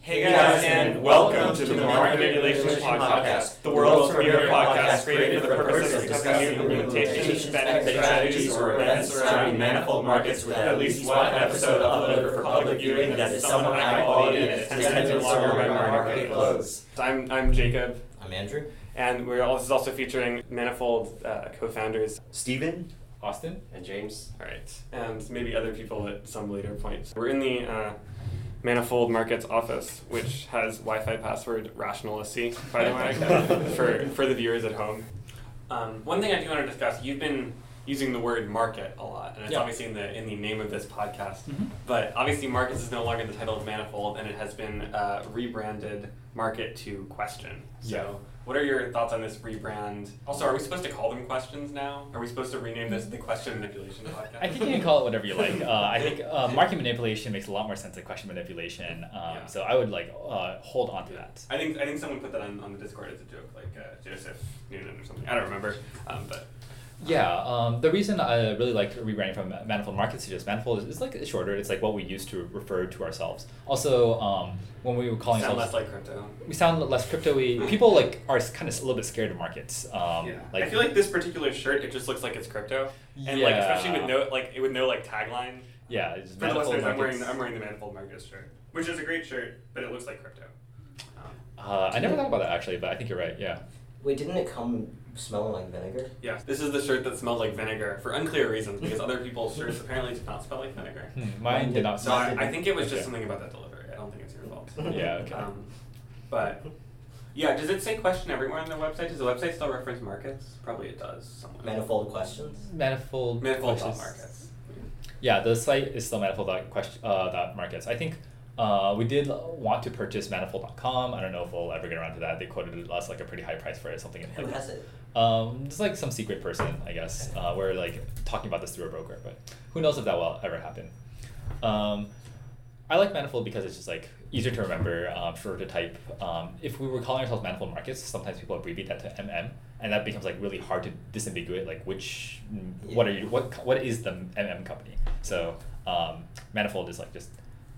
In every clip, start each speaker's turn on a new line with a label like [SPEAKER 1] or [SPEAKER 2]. [SPEAKER 1] Hey guys, and welcome to the Market Regulations Podcast, the world's premier podcast created for the purpose of discussing the limitations, benefits, strategies, or events surrounding manifold markets with at least one episode uploaded for public viewing that is somewhat high quality and is 10 times longer by market close.
[SPEAKER 2] I'm, I'm Jacob,
[SPEAKER 3] I'm Andrew.
[SPEAKER 2] and we're all, this is also featuring Manifold uh, co-founders.
[SPEAKER 1] Steven?
[SPEAKER 3] Austin?
[SPEAKER 4] And James.
[SPEAKER 2] All right, and maybe other people at some later point. We're in the uh, Manifold Markets office, which has Wi-Fi password rationality, by the way, for for the viewers at home. Um, one thing I do want to discuss: you've been using the word market a lot, and it's
[SPEAKER 3] Yeah.
[SPEAKER 2] obviously in the in the name of this podcast. But obviously, markets is no longer the title of Manifold, and it has been uh, rebranded Market to Question. So,
[SPEAKER 3] Yeah.
[SPEAKER 2] what are your thoughts on this rebrand? Also, are we supposed to call them questions now? Are we supposed to rename this the Question Manipulation Podcast?
[SPEAKER 5] I think you can call it whatever you like. Uh, I think uh, market manipulation makes a lot more sense than question manipulation. Um,
[SPEAKER 2] Yeah.
[SPEAKER 5] So I would like uh, hold on to that.
[SPEAKER 2] I think I think someone put that on, on the Discord as a joke, like uh, Joseph Noonan or something. I don't remember, um, but
[SPEAKER 5] Yeah, um, the reason I really like rebranding from Manifold Markets to just Manifold is, is like it's shorter. It's like what we used to refer to ourselves. Also, um, when we were calling
[SPEAKER 2] sound less
[SPEAKER 5] ourselves,
[SPEAKER 2] like crypto.
[SPEAKER 5] we sound less crypto-y. People like are kind of a little bit scared of markets. Um, Like,
[SPEAKER 2] I feel like this particular shirt, it just looks like it's crypto, and like especially with no
[SPEAKER 5] Yeah.
[SPEAKER 2] like it with no like tagline.
[SPEAKER 5] yeah, it's
[SPEAKER 2] For the
[SPEAKER 5] Manifold
[SPEAKER 2] listeners, I'm wearing
[SPEAKER 5] Markets.
[SPEAKER 2] the- I'm wearing the manifold markets shirt, which is a great shirt, but it looks like crypto. Um,
[SPEAKER 5] uh, I never thought about that actually, but I think you're right. Yeah.
[SPEAKER 3] Wait, didn't it come smelling like vinegar?
[SPEAKER 2] yeah, this is the shirt that smelled like vinegar for unclear reasons because other people's shirts apparently did not smell like vinegar.
[SPEAKER 5] Hmm, mine did not.
[SPEAKER 2] So I, I think it was
[SPEAKER 5] Okay.
[SPEAKER 2] just something about that delivery. I don't think it's your fault.
[SPEAKER 5] Yeah, okay.
[SPEAKER 2] Um, but yeah, does it say question everywhere on the website? Does the website still reference markets? Probably it does. Somewhere.
[SPEAKER 3] Manifold questions?
[SPEAKER 5] Manifold.
[SPEAKER 2] Manifold dot
[SPEAKER 5] Markets.
[SPEAKER 2] markets.
[SPEAKER 5] Yeah, the site is still manifold dot question uh, dot markets. I think uh, we did want to purchase manifold.com. I don't know if we'll ever get around to that. They quoted us like a pretty high price for it, something
[SPEAKER 3] Who
[SPEAKER 5] like
[SPEAKER 3] has it?
[SPEAKER 5] Um, it's like some secret person, I guess. Uh, we're like talking about this through a broker, but who knows if that will ever happen. Um, I like Manifold because it's just like easier to remember, um, shorter to type. Um, if we were calling ourselves Manifold Markets, sometimes people abbreviate that to MM, and that becomes like really hard to disambiguate. Like which, mm, what are you? What co- what is the MM company? So um, Manifold is like just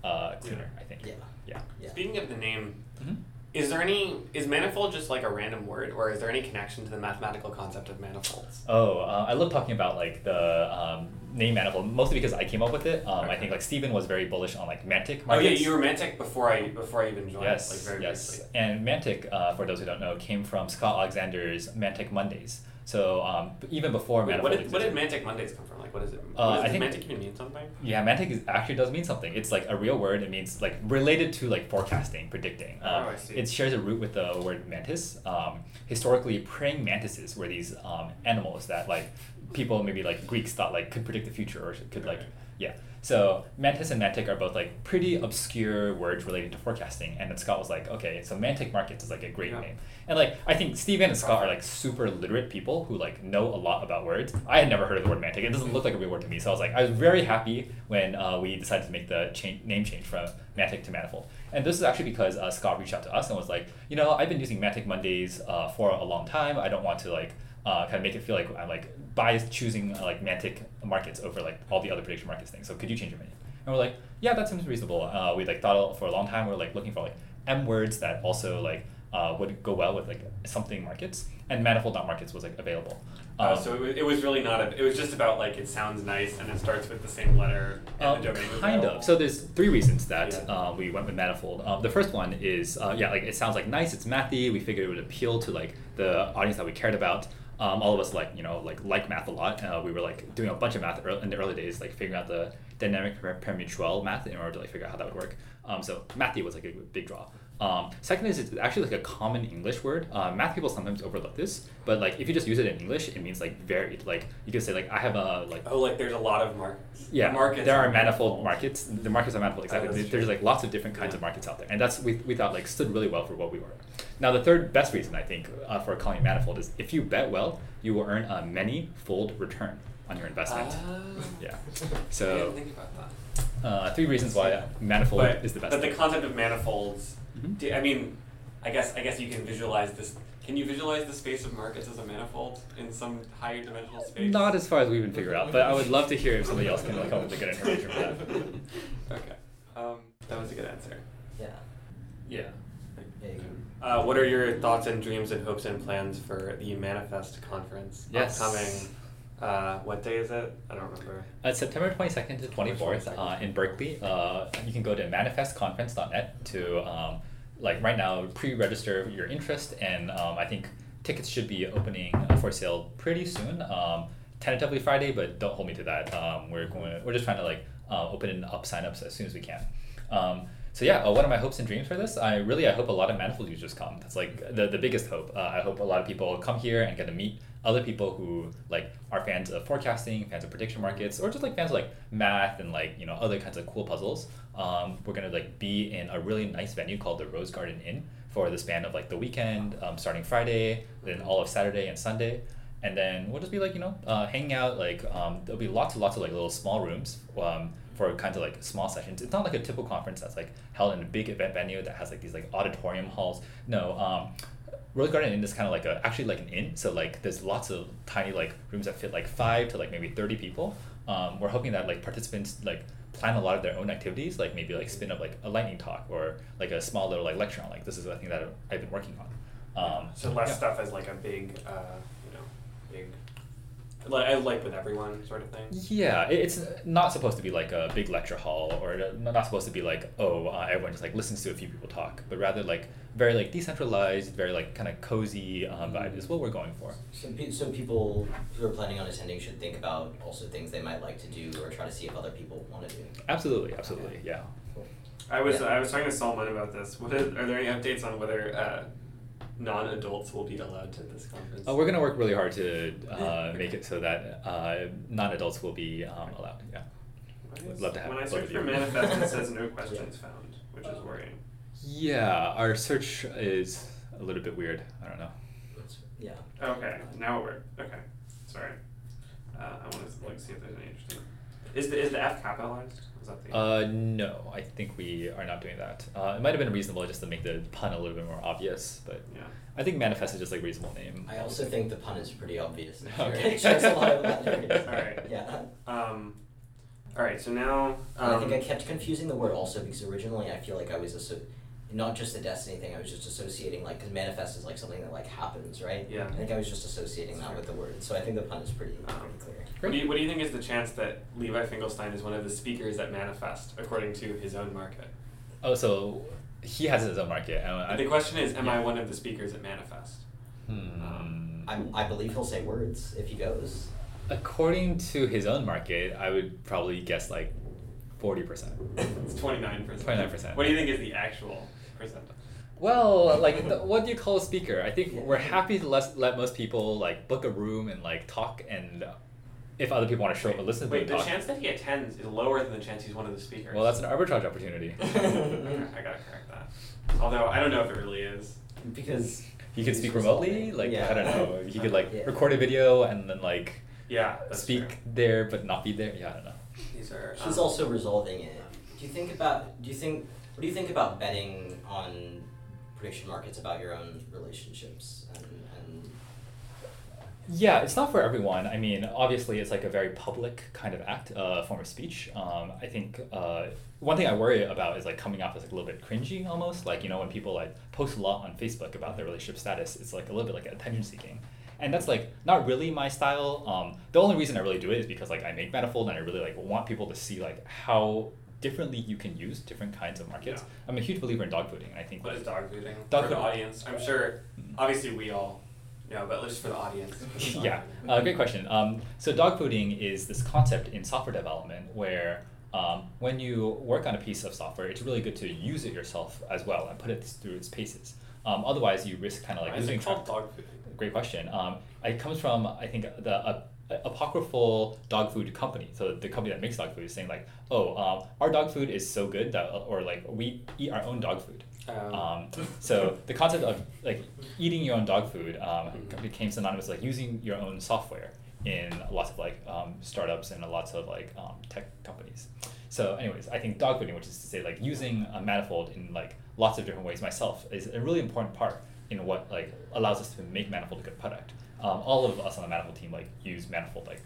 [SPEAKER 5] uh, cleaner, I think.
[SPEAKER 3] Yeah.
[SPEAKER 5] Yeah.
[SPEAKER 3] Yeah.
[SPEAKER 2] Speaking of the name,
[SPEAKER 5] Mhm.
[SPEAKER 2] is there any is manifold just like a random word, or is there any connection to the mathematical concept of manifolds?
[SPEAKER 5] Oh, uh, I love talking about like the um, name manifold mostly because I came up with it. Um, I
[SPEAKER 2] Okay.
[SPEAKER 5] think like Steven was very bullish on like Mantic
[SPEAKER 2] Oh yeah,
[SPEAKER 5] markets.
[SPEAKER 2] you were Mantic before I before I even joined.
[SPEAKER 5] yes,
[SPEAKER 2] like very
[SPEAKER 5] yes.
[SPEAKER 2] briefly.
[SPEAKER 5] And Mantic, uh, for those who don't know, came from Scott Alexander's Mantic Mondays. So um, b- even before
[SPEAKER 2] Wait,
[SPEAKER 5] manifold,
[SPEAKER 2] what did what did
[SPEAKER 5] existed-
[SPEAKER 2] Mantic Mondays come from? Like, what is it?
[SPEAKER 5] Uh,
[SPEAKER 2] what
[SPEAKER 5] I
[SPEAKER 2] does
[SPEAKER 5] think-
[SPEAKER 2] Mantic even mean something?
[SPEAKER 5] yeah, Mantic is, actually does mean something. It's like a real word. It means like related to like forecasting, predicting. Um,
[SPEAKER 2] Oh, I see.
[SPEAKER 5] It shares a root with the word mantis. Um, historically, praying mantises were these um, animals that like people maybe like Greeks thought like could predict the future or could like
[SPEAKER 2] Right.
[SPEAKER 5] yeah. So mantis and mantic are both like pretty obscure words related to forecasting, and then Scott was like, okay, so mantic markets is like a great
[SPEAKER 2] Yeah.
[SPEAKER 5] name, and like I think Steven and Scott are like super literate people who like know a lot about words. I had never heard of the word mantic; it doesn't look like a real word to me. So I was like, I was very happy when uh, we decided to make the change, name change from mantic to manifold. And this is actually because uh, Scott reached out to us and was like, you know, I've been using mantic Mondays uh, for a long time. I don't want to like uh, kind of make it feel like I'm like biased choosing uh, like Mantic markets over like all the other prediction markets things. So could you change your menu? And we're like, yeah, that seems reasonable. Uh, we like thought for a long time. We are like looking for like M words that also like uh, would go well with like something markets and manifold dot markets was like available. Um,
[SPEAKER 2] oh, so it was, it was really not. A, it was just about like it sounds nice and it starts with the same letter and
[SPEAKER 5] Um,
[SPEAKER 2] the domain. is
[SPEAKER 5] kind
[SPEAKER 2] available.
[SPEAKER 5] of. So there's three reasons that
[SPEAKER 2] Yeah.
[SPEAKER 5] uh, we went with Manifold. Um, the first one is, uh, yeah, like it sounds like nice. It's mathy. We figured it would appeal to like the audience that we cared about. Um, all of us like you know like like math a lot. Uh, we were like doing a bunch of math ear- in the early days, like figuring out the dynamic per- permutual math in order to like figure out how that would work. Um, so mathy was like a big draw. Um, second is it's actually like a common English word. Uh, math people sometimes overlook this, but like if you just use it in English, it means like varied. Like you could say like I have a like
[SPEAKER 2] Oh, like there's a lot of markets.
[SPEAKER 5] yeah,
[SPEAKER 2] markets. Oh,
[SPEAKER 5] there are manifold markets. The markets are manifold, exactly.
[SPEAKER 2] that's
[SPEAKER 5] There's
[SPEAKER 2] true.
[SPEAKER 5] like lots of different kinds of markets out there, and that's we, we thought like stood really well for what we were. Now the third best reason I think uh, for calling it manifold is if you bet well, you will earn a many fold return on your investment. yeah,
[SPEAKER 2] Ah. I didn't
[SPEAKER 5] so
[SPEAKER 2] think about that.
[SPEAKER 5] uh, three reasons why manifold
[SPEAKER 2] but,
[SPEAKER 5] is the best.
[SPEAKER 2] But the
[SPEAKER 5] thing.
[SPEAKER 2] concept of manifolds,
[SPEAKER 5] Mhm.
[SPEAKER 2] do, I mean, I guess I guess you can visualize this. Can you visualize the space of markets as a manifold in some higher dimensional space?
[SPEAKER 5] Not as far as we can figure out, but I would love to hear if somebody else can like come up with a good interpretation for that.
[SPEAKER 2] Okay, um, that was a good answer.
[SPEAKER 3] Yeah.
[SPEAKER 2] Yeah.
[SPEAKER 3] Yeah, you can-
[SPEAKER 2] Uh, what are your thoughts and dreams and hopes and plans for the Manifest conference?
[SPEAKER 5] Yes.
[SPEAKER 2] Upcoming. Uh, what day is it? I don't remember.
[SPEAKER 5] Uh, it's September 22nd to 24th
[SPEAKER 2] 22nd.
[SPEAKER 5] uh, in Berkeley. Uh, you can go to manifestconference.net to, um, like right now, pre-register your interest, and um, I think tickets should be opening for sale pretty soon. Um, tentatively Friday, but don't hold me to that. Um, we're going. To, we're just trying to like uh, open it up signups as soon as we can. Um, so yeah, uh, one of my hopes and dreams for this, I really I hope a lot of manifold users come. That's like the, the biggest hope. Uh, I hope a lot of people come here and get to meet other people who like are fans of forecasting, fans of prediction markets, or just like fans of like math and like you know other kinds of cool puzzles. Um, we're gonna like be in a really nice venue called the Rose Garden Inn for the span of like the weekend, um, starting Friday, then all of Saturday and Sunday and then we'll just be like you know uh, hanging out like um, there'll be lots and lots of like little small rooms um, for kinds of like small sessions it's not like a typical conference that's like held in a big event venue that has like these like auditorium halls no um, rose garden inn is kind of like a actually like an inn so like there's lots of tiny like rooms that fit like five to like maybe 30 people um, we're hoping that like participants like plan a lot of their own activities like maybe like spin up like a lightning talk or like a small little like lecture on like this is a thing that i've been working on um,
[SPEAKER 2] So less
[SPEAKER 5] yeah.
[SPEAKER 2] stuff as like a big, uh, you know, big, like, I like with everyone sort of thing.
[SPEAKER 5] Yeah, it- it's not supposed to be like a big lecture hall, or n- not supposed to be like oh uh, everyone just like listens to a few people talk, but rather like very like decentralized, very like kind of cozy um, vibe is what we're going for.
[SPEAKER 3] Some, pe- some people who are planning on attending should think about also things they might like to do or try to see if other people want to do.
[SPEAKER 5] Absolutely, absolutely, yeah.
[SPEAKER 3] Cool.
[SPEAKER 2] I was
[SPEAKER 3] Yeah.
[SPEAKER 2] I was talking to Solomon about this. What is, are there any updates on whether uh, non-adults will be allowed to this conference?
[SPEAKER 5] Uh, we're gonna work really hard to uh, make it so that uh, non-adults will be um, allowed. Yeah.
[SPEAKER 2] Why is-
[SPEAKER 5] love to have
[SPEAKER 2] When I
[SPEAKER 5] both
[SPEAKER 2] search
[SPEAKER 5] of
[SPEAKER 2] for
[SPEAKER 5] you.
[SPEAKER 2] manifest, it says no questions found, which is worrying.
[SPEAKER 5] Yeah, our search is a little bit weird. I don't know.
[SPEAKER 3] That's- Yeah.
[SPEAKER 2] Okay, now it worked. Okay, sorry. Uh, I want to like see if there's any interesting. Is the is the F capitalized? Is that the?
[SPEAKER 5] Uh, no, I think we are not doing that. Uh, it might have been reasonable just to make the pun a little bit more obvious, but
[SPEAKER 2] yeah.
[SPEAKER 5] I think manifest is just like reasonable name.
[SPEAKER 3] I also think the pun is pretty obvious.
[SPEAKER 5] Okay.
[SPEAKER 3] it shows a lot of letters.
[SPEAKER 2] Alright.
[SPEAKER 3] Yeah.
[SPEAKER 2] Um, all right. So now.
[SPEAKER 3] And
[SPEAKER 2] Um,
[SPEAKER 3] I think I kept confusing the word also because originally I feel like I was asso- not just the destiny thing. I was just associating like because manifest is like something that like happens, right?
[SPEAKER 2] Yeah.
[SPEAKER 3] I think I was just associating that with the word. So I think the pun is pretty
[SPEAKER 2] Um,
[SPEAKER 3] pretty clear.
[SPEAKER 2] What do, you, what do you think is the chance that Levi Finkelstein is one of the speakers at Manifest, according to his own market?
[SPEAKER 5] Oh, so he has his own market. And I,
[SPEAKER 2] the question is, am I
[SPEAKER 5] yeah.
[SPEAKER 2] one of the speakers at Manifest? Um,
[SPEAKER 5] Hmm.
[SPEAKER 3] Um, I'm, I believe he'll say words if he goes.
[SPEAKER 5] According to his own market, I would probably guess like forty percent.
[SPEAKER 2] It's 29%.
[SPEAKER 5] 29%.
[SPEAKER 2] What do you think is the actual percent?
[SPEAKER 5] Well, like the, what do you call a speaker? I think we're happy to let, let most people like book a room and like talk, and if other people want to show up and listen to
[SPEAKER 2] Wait,
[SPEAKER 5] them
[SPEAKER 2] the
[SPEAKER 5] talk,
[SPEAKER 2] chance that he attends is lower than the chance he's one of the speakers.
[SPEAKER 5] well, that's an arbitrage opportunity.
[SPEAKER 2] Okay, I gotta correct that. Although, I don't know if it really is.
[SPEAKER 3] Because
[SPEAKER 5] He could speak remotely, like I don't know. He could like
[SPEAKER 3] Yeah.
[SPEAKER 5] record a video and then like
[SPEAKER 2] Yeah, that's
[SPEAKER 5] speak
[SPEAKER 2] true.
[SPEAKER 5] there but not be there. Yeah, I don't know.
[SPEAKER 2] These are.
[SPEAKER 3] He's
[SPEAKER 2] um,
[SPEAKER 3] also resolving it. Do you think about? Do you think? What do you think about betting on prediction markets about your own relationships and, and
[SPEAKER 5] Yeah, it's not for everyone. I mean, obviously, it's like a very public kind of act, uh, form of speech. Um, I think uh, one thing I worry about is like coming off as like a little bit cringy almost. Like, you know, when people like post a lot on Facebook about their relationship status, it's like a little bit like attention seeking. And that's like not really my style. Um, the only reason I really do it is because like I make Manifold and I really like want people to see like how differently you can use different kinds of markets.
[SPEAKER 2] Yeah.
[SPEAKER 5] I'm a huge believer in dogfooding, and I think
[SPEAKER 2] What
[SPEAKER 5] like,
[SPEAKER 2] is dog fooding?
[SPEAKER 5] Dog
[SPEAKER 2] for
[SPEAKER 5] Mm-hmm.
[SPEAKER 2] the
[SPEAKER 5] fooding.
[SPEAKER 2] audience. I'm sure, obviously, we all know, but just for the audience.
[SPEAKER 5] yeah, uh, great question. Um, so dogfooding is this concept in software development where um, when you work on a piece of software, it's really good to use it yourself as well and put it through its paces. Um, otherwise, you risk kind of like
[SPEAKER 2] Why is
[SPEAKER 5] losing
[SPEAKER 2] it called
[SPEAKER 5] track.
[SPEAKER 2] dog fooding?
[SPEAKER 5] Great question. Um, it comes from I think the uh, apocryphal dog food company. So the company that makes dog food is saying like, oh, um, our dog food is so good that, uh, or like we eat our own dog food.
[SPEAKER 2] Oh.
[SPEAKER 5] Um, so the concept of like eating your own dog food um, became synonymous with like using your own software in lots of like um, startups and lots of like um, tech companies. So, anyways, I think dog fooding, which is to say like using a manifold in like lots of different ways myself, is a really important part in what like allows us to make manifold a good product. Um, all of us on the manifold team like use manifold like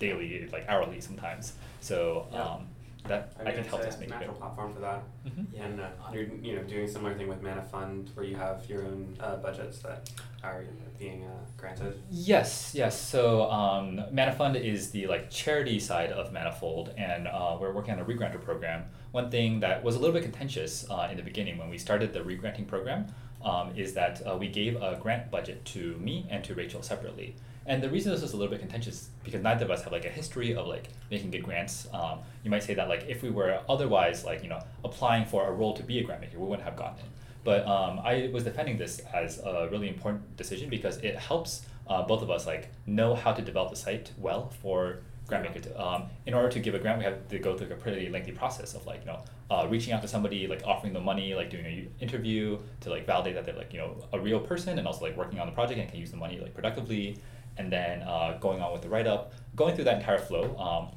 [SPEAKER 5] daily, like hourly sometimes. So.
[SPEAKER 2] Yeah.
[SPEAKER 5] Um, that I,
[SPEAKER 2] mean,
[SPEAKER 5] can
[SPEAKER 2] it's
[SPEAKER 5] help
[SPEAKER 2] a
[SPEAKER 5] us make it
[SPEAKER 2] natural
[SPEAKER 5] better.
[SPEAKER 2] platform for that.
[SPEAKER 5] Mhm.
[SPEAKER 3] Yeah.
[SPEAKER 2] And uh, you're you know doing similar thing with Mana Fund where you have your own uh, budgets that are being uh, granted.
[SPEAKER 5] Yes, yes. So um, Manafund is the like charity side of Manifold, and uh, we're working on a regranter program. One thing that was a little bit contentious uh, in the beginning when we started the regranting program um, is that uh, we gave a grant budget to me and to Rachel separately. And the reason this was a little bit contentious is because neither of us have like a history of like making good grants. Um, you might say that like if we were otherwise like you know applying for a role to be a grant maker, we wouldn't have gotten it. But um, I was defending this as a really important decision because it helps uh, both of us like know how to develop the site well for grant maker. To, um, in order to give a grant, we have to go through like, a pretty lengthy process of like you know uh, reaching out to somebody, like offering them money, like doing an interview to like validate that they're like you know a real person and also like working on the project and can use the money like productively, and then uh, going on with the write up, going through that entire flow. Um,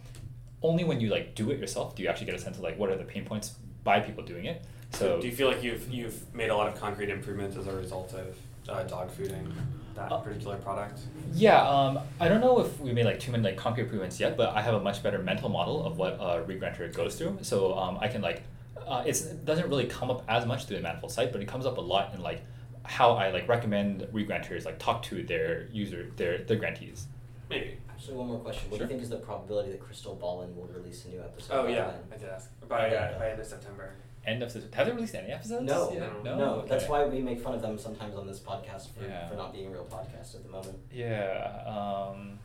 [SPEAKER 5] only when you like do it yourself do you actually get a sense of like what are the pain points by people doing it. So
[SPEAKER 2] do you feel like you've you've made a lot of concrete improvements as a result of uh, dog fooding that
[SPEAKER 5] Uh,
[SPEAKER 2] particular product?
[SPEAKER 5] Yeah, um, I don't know if we made like too many like concrete improvements yet, but I have a much better mental model of what a regranter goes through. So um, I can like, uh, it's, it doesn't really come up as much through the manifold site, but it comes up a lot in like how I like recommend regranters like talk to their user their their grantees.
[SPEAKER 2] Maybe.
[SPEAKER 3] Actually, one more question. What
[SPEAKER 5] Sure.
[SPEAKER 3] do you think is the probability that Crystal Ballin will release a new episode?
[SPEAKER 2] Oh
[SPEAKER 3] by
[SPEAKER 2] yeah,
[SPEAKER 3] then?
[SPEAKER 2] I did ask by
[SPEAKER 3] Yeah.
[SPEAKER 2] uh, by end of September.
[SPEAKER 5] End of Sep- have they released any episodes?
[SPEAKER 3] No,
[SPEAKER 5] yet?
[SPEAKER 2] no,
[SPEAKER 5] no.
[SPEAKER 3] no, that's
[SPEAKER 5] okay.
[SPEAKER 3] why we make fun of them sometimes on this podcast for,
[SPEAKER 5] Yeah.
[SPEAKER 3] for not being a real podcast at the moment.
[SPEAKER 5] Yeah, um,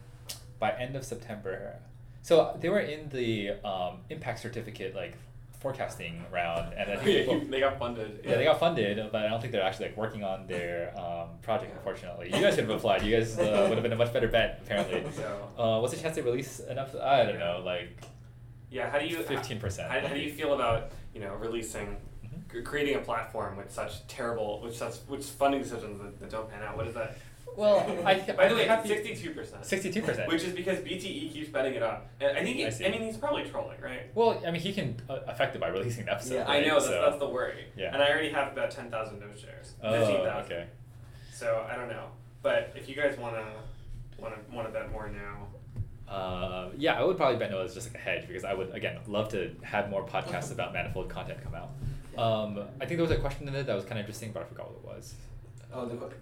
[SPEAKER 5] by end of September. So they were in the um, impact certificate like forecasting round, and I think people-
[SPEAKER 2] they got funded.
[SPEAKER 5] yeah, they got funded, but I don't think they're actually like working on their um, project. Unfortunately, you guys should have applied. You guys uh, would have been a much better bet, apparently.
[SPEAKER 2] So-
[SPEAKER 5] Uh, what's the chance they release an episode? I don't know, like
[SPEAKER 2] Yeah, how do you uh,
[SPEAKER 5] 15%.
[SPEAKER 2] How, how do you feel about you know releasing,
[SPEAKER 5] Mhm.
[SPEAKER 2] c- creating a platform with such terrible, with such with funding decisions that, that don't pan out? What is that?
[SPEAKER 5] Well, I-
[SPEAKER 2] by the
[SPEAKER 5] I'm
[SPEAKER 2] way,
[SPEAKER 5] happy-
[SPEAKER 2] sixty-two percent.
[SPEAKER 5] sixty-two percent.
[SPEAKER 2] Which is because BTE keeps betting it up. And I think.
[SPEAKER 5] I
[SPEAKER 2] It,
[SPEAKER 5] see.
[SPEAKER 2] I, mean, he's probably trolling, right?
[SPEAKER 5] well, I mean, he can uh, affect it by releasing an episode.
[SPEAKER 3] Yeah,
[SPEAKER 2] I
[SPEAKER 5] right?
[SPEAKER 2] know that's,
[SPEAKER 5] So-
[SPEAKER 2] that's the worry.
[SPEAKER 5] Yeah.
[SPEAKER 2] And I already have about ten thousand no shares.
[SPEAKER 5] Oh,
[SPEAKER 2] Fifteen thousand.
[SPEAKER 5] okay.
[SPEAKER 2] So I don't know. But if you guys wanna wanna wanna bet more now,
[SPEAKER 5] Uh, yeah, I would probably bet no as just like a hedge because I would again love to have more podcasts about manifold content come out. Um, I think there was a question in there that was kind of interesting, but I forgot what it was.
[SPEAKER 3] Oh, the, qu-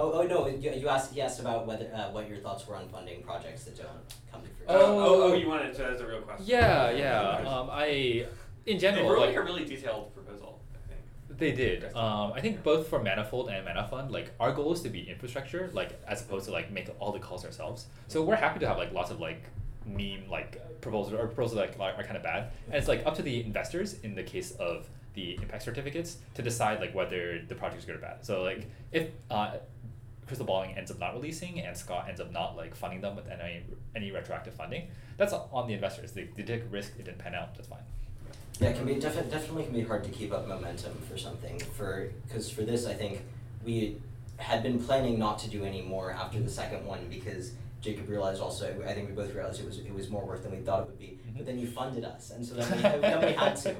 [SPEAKER 3] oh, oh no! You, you asked. He asked about whether uh, what your thoughts were on funding projects that don't come to fruition.
[SPEAKER 2] Uh, oh,
[SPEAKER 5] Oh.
[SPEAKER 2] oh, you want it as a real question?
[SPEAKER 5] Yeah, yeah. Um, I in
[SPEAKER 2] they
[SPEAKER 5] general
[SPEAKER 2] wrote
[SPEAKER 5] like,
[SPEAKER 2] like a really detailed proposal. I think.
[SPEAKER 5] they did. Um, I think both for manifold and manafund, like our goal is to be infrastructure, like as opposed to like make all the calls ourselves. So we're happy to have like lots of like meme like proposals or proposals that are, are kind of bad, and it's like up to the investors in the case of the impact certificates to decide like whether the project is good or bad. So like if uh, Crystal Balling ends up not releasing and Scott ends up not like funding them with any any retroactive funding, that's on the investors. They, they took risk. It didn't pan out. That's fine.
[SPEAKER 3] Yeah, it can be defi- definitely can be hard to keep up momentum for something. For because for this, I think we had been planning not to do any more after the second one because Jacob realized also. I think we both realized it was it was more work than we thought it would be.
[SPEAKER 2] Mm-hmm.
[SPEAKER 3] But then you funded us, and so then we, then we had to,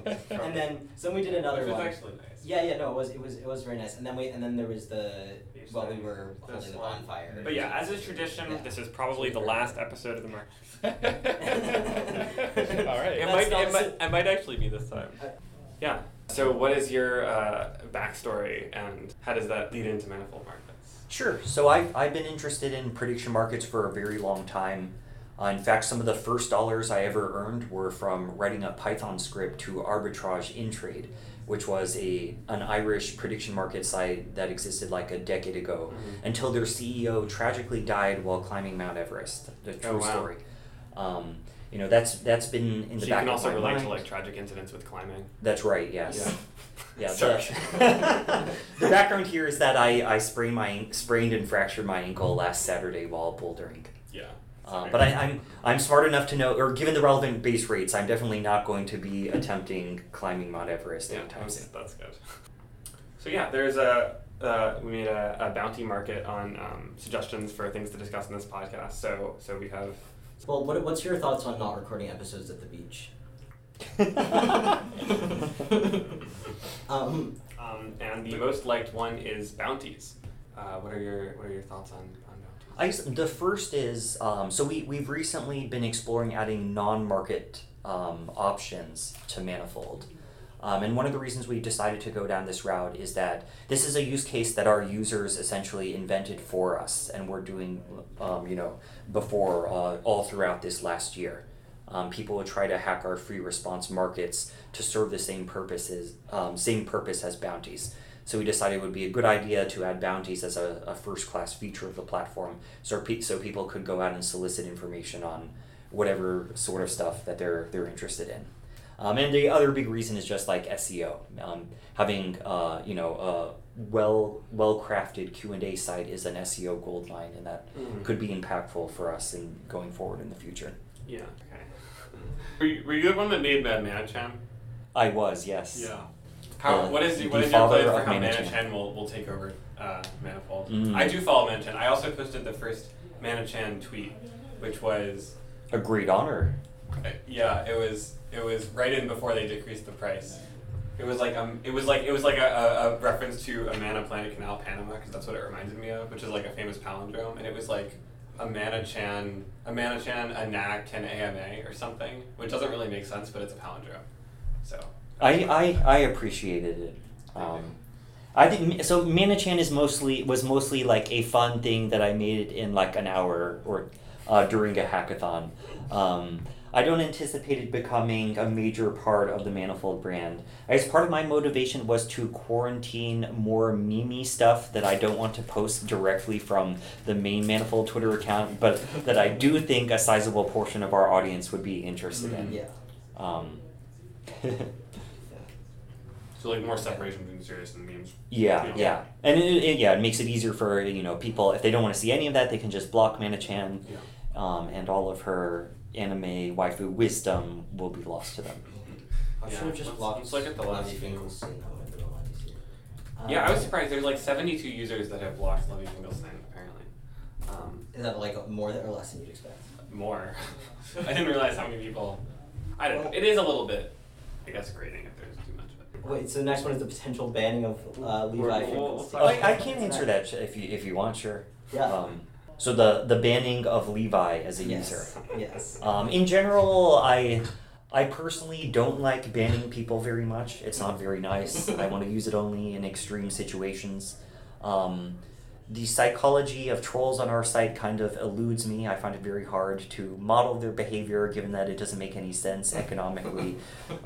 [SPEAKER 3] and then so we did another
[SPEAKER 2] Which was
[SPEAKER 3] one.
[SPEAKER 2] actually nice.
[SPEAKER 3] Yeah, yeah, no, it was it was it was very nice. And then we and then there was the
[SPEAKER 2] Beach
[SPEAKER 3] while we
[SPEAKER 2] night.
[SPEAKER 3] were
[SPEAKER 2] The
[SPEAKER 3] holding the
[SPEAKER 2] slide.
[SPEAKER 3] bonfire.
[SPEAKER 2] But yeah, as is tradition,
[SPEAKER 3] Yeah.
[SPEAKER 2] this is probably the last episode of the market.
[SPEAKER 5] All
[SPEAKER 3] Hey,
[SPEAKER 2] It
[SPEAKER 5] right.
[SPEAKER 2] might,
[SPEAKER 3] that's
[SPEAKER 2] it,
[SPEAKER 3] not-
[SPEAKER 2] might, it might actually be this time.
[SPEAKER 3] Uh,
[SPEAKER 2] Yeah. So, what is your uh, backstory and how does that lead into manifold markets?
[SPEAKER 4] Sure. So I've, I've been interested in prediction markets for a very long time. Uh, in fact, some of the first dollars I ever earned were from writing a Python script to arbitrage in trade, which was a an Irish prediction market site that existed like a decade ago
[SPEAKER 2] Mhm.
[SPEAKER 4] until their CEO tragically died while climbing Mount Everest. The true
[SPEAKER 2] Oh, wow.
[SPEAKER 4] story. Um, you know that's that's been in
[SPEAKER 2] so
[SPEAKER 4] the
[SPEAKER 2] you
[SPEAKER 4] back
[SPEAKER 2] can
[SPEAKER 4] of
[SPEAKER 2] also
[SPEAKER 4] my
[SPEAKER 2] relate
[SPEAKER 4] mind.
[SPEAKER 2] to like tragic incidents with climbing.
[SPEAKER 4] That's right. Yes.
[SPEAKER 2] Yeah.
[SPEAKER 4] Yeah.
[SPEAKER 2] Sorry.
[SPEAKER 4] The, the background here is that I I sprained my sprained and fractured my ankle last Saturday while bouldering.
[SPEAKER 2] Yeah.
[SPEAKER 4] Uh, but I, I'm I'm smart enough to know, or given the relevant base rates, I'm definitely not going to be attempting climbing Mount Everest
[SPEAKER 2] Yeah,
[SPEAKER 4] anytime
[SPEAKER 2] that's,
[SPEAKER 4] soon.
[SPEAKER 2] that's good. So yeah, there's a uh, we made a, a bounty market on um, suggestions for things to discuss in this podcast. So so we have
[SPEAKER 3] well, what, what's your thoughts on not recording episodes at the beach? Hmm. Um,
[SPEAKER 2] um, and the most liked one is bounties. Uh, what are your what are your thoughts on, on bounties?
[SPEAKER 4] I guess the first is um, so we we've recently been exploring adding non-market um, options to Manifold. Um, and one of the reasons we decided to go down this route is that this is a use case that our users essentially invented for us, and we're doing, um, you know, before uh, all throughout this last year. Um, people would try to hack our free response markets to serve the same purposes, um, same purpose as bounties. So we decided it would be a good idea to add bounties as a, a first class feature of the platform, so pe- so people could go out and solicit information on whatever sort of stuff that they're they're interested in. Um, and the other big reason is just like SEO, um, having uh, you know a well well crafted Q and A site is an SEO gold mine, and that
[SPEAKER 2] Mhm.
[SPEAKER 4] could be impactful for us in going forward in the future.
[SPEAKER 2] Yeah. Okay. Were you, were you the one that made Mad Manicham?
[SPEAKER 4] I was yes.
[SPEAKER 2] How,
[SPEAKER 4] Uh,
[SPEAKER 2] what is
[SPEAKER 4] the
[SPEAKER 2] what is your
[SPEAKER 4] father
[SPEAKER 2] plan for
[SPEAKER 4] of
[SPEAKER 2] how
[SPEAKER 4] Manichan.
[SPEAKER 2] Manichan will, will take over uh, Manifold?
[SPEAKER 4] Mm.
[SPEAKER 2] I do follow Manichan. I also posted the first Manichan tweet, which was
[SPEAKER 4] A great honor.
[SPEAKER 2] uh, yeah, it was it was right in before they decreased the price. It was like um, it was like it was like a, a, a reference to a man of Planet Canal Panama because that's what it reminded me of, which is like a famous palindrome, and it was like a Manichan, a Manichan, a Nact, an AMA or something, which doesn't really make sense, but it's a palindrome. So
[SPEAKER 4] I, I, I appreciated it. Um, I think so. Manichan is mostly was mostly like a fun thing that I made it in like an hour or uh, during a hackathon. Um, I don't anticipate it becoming a major part of the Manifold brand. As part of my motivation was to quarantine more meme stuff that I don't want to post directly from the main Manifold Twitter account, but that I do think a sizable portion of our audience would be interested in.
[SPEAKER 3] Mm, Yeah.
[SPEAKER 4] Um,
[SPEAKER 2] So like more separation between serious and memes.
[SPEAKER 4] Yeah, yeah, and it, it, yeah, it makes it easier for you know people if they don't want to see any of that, they can just block Manachan,
[SPEAKER 2] Yeah.
[SPEAKER 4] um, and all of her anime waifu wisdom will be lost to them.
[SPEAKER 3] I
[SPEAKER 2] Yeah,
[SPEAKER 3] should have just
[SPEAKER 2] let's-
[SPEAKER 3] blocked.
[SPEAKER 2] let's look at the last
[SPEAKER 3] Levi
[SPEAKER 2] few.
[SPEAKER 3] Finkelstein. That would have been a lot easier. Um,
[SPEAKER 2] Yeah, I was surprised. There's like 72 users that have blocked Levy Finkelstein apparently. Um,
[SPEAKER 3] Is that like more than or less than you'd expect?
[SPEAKER 2] more. I didn't realize how many people. I don't know. It is a little bit. I guess grating if there's too much. But
[SPEAKER 3] Wait, so the next one is the potential banning of uh,
[SPEAKER 2] We're-
[SPEAKER 3] Levi
[SPEAKER 2] we'll- we'll
[SPEAKER 3] Finkelstein.
[SPEAKER 2] talk-
[SPEAKER 4] I, I can answer that sh- if you if you want, sure.
[SPEAKER 3] Yeah.
[SPEAKER 4] Um, so the the banning of Levi as a user.
[SPEAKER 3] Yes. Yes.
[SPEAKER 4] Um, in general, I I personally don't like banning people very much. It's not very nice. I want to use it only in extreme situations. Um, the psychology of trolls on our site kind of eludes me. I find it very hard to model their behavior, given that it doesn't make any sense economically.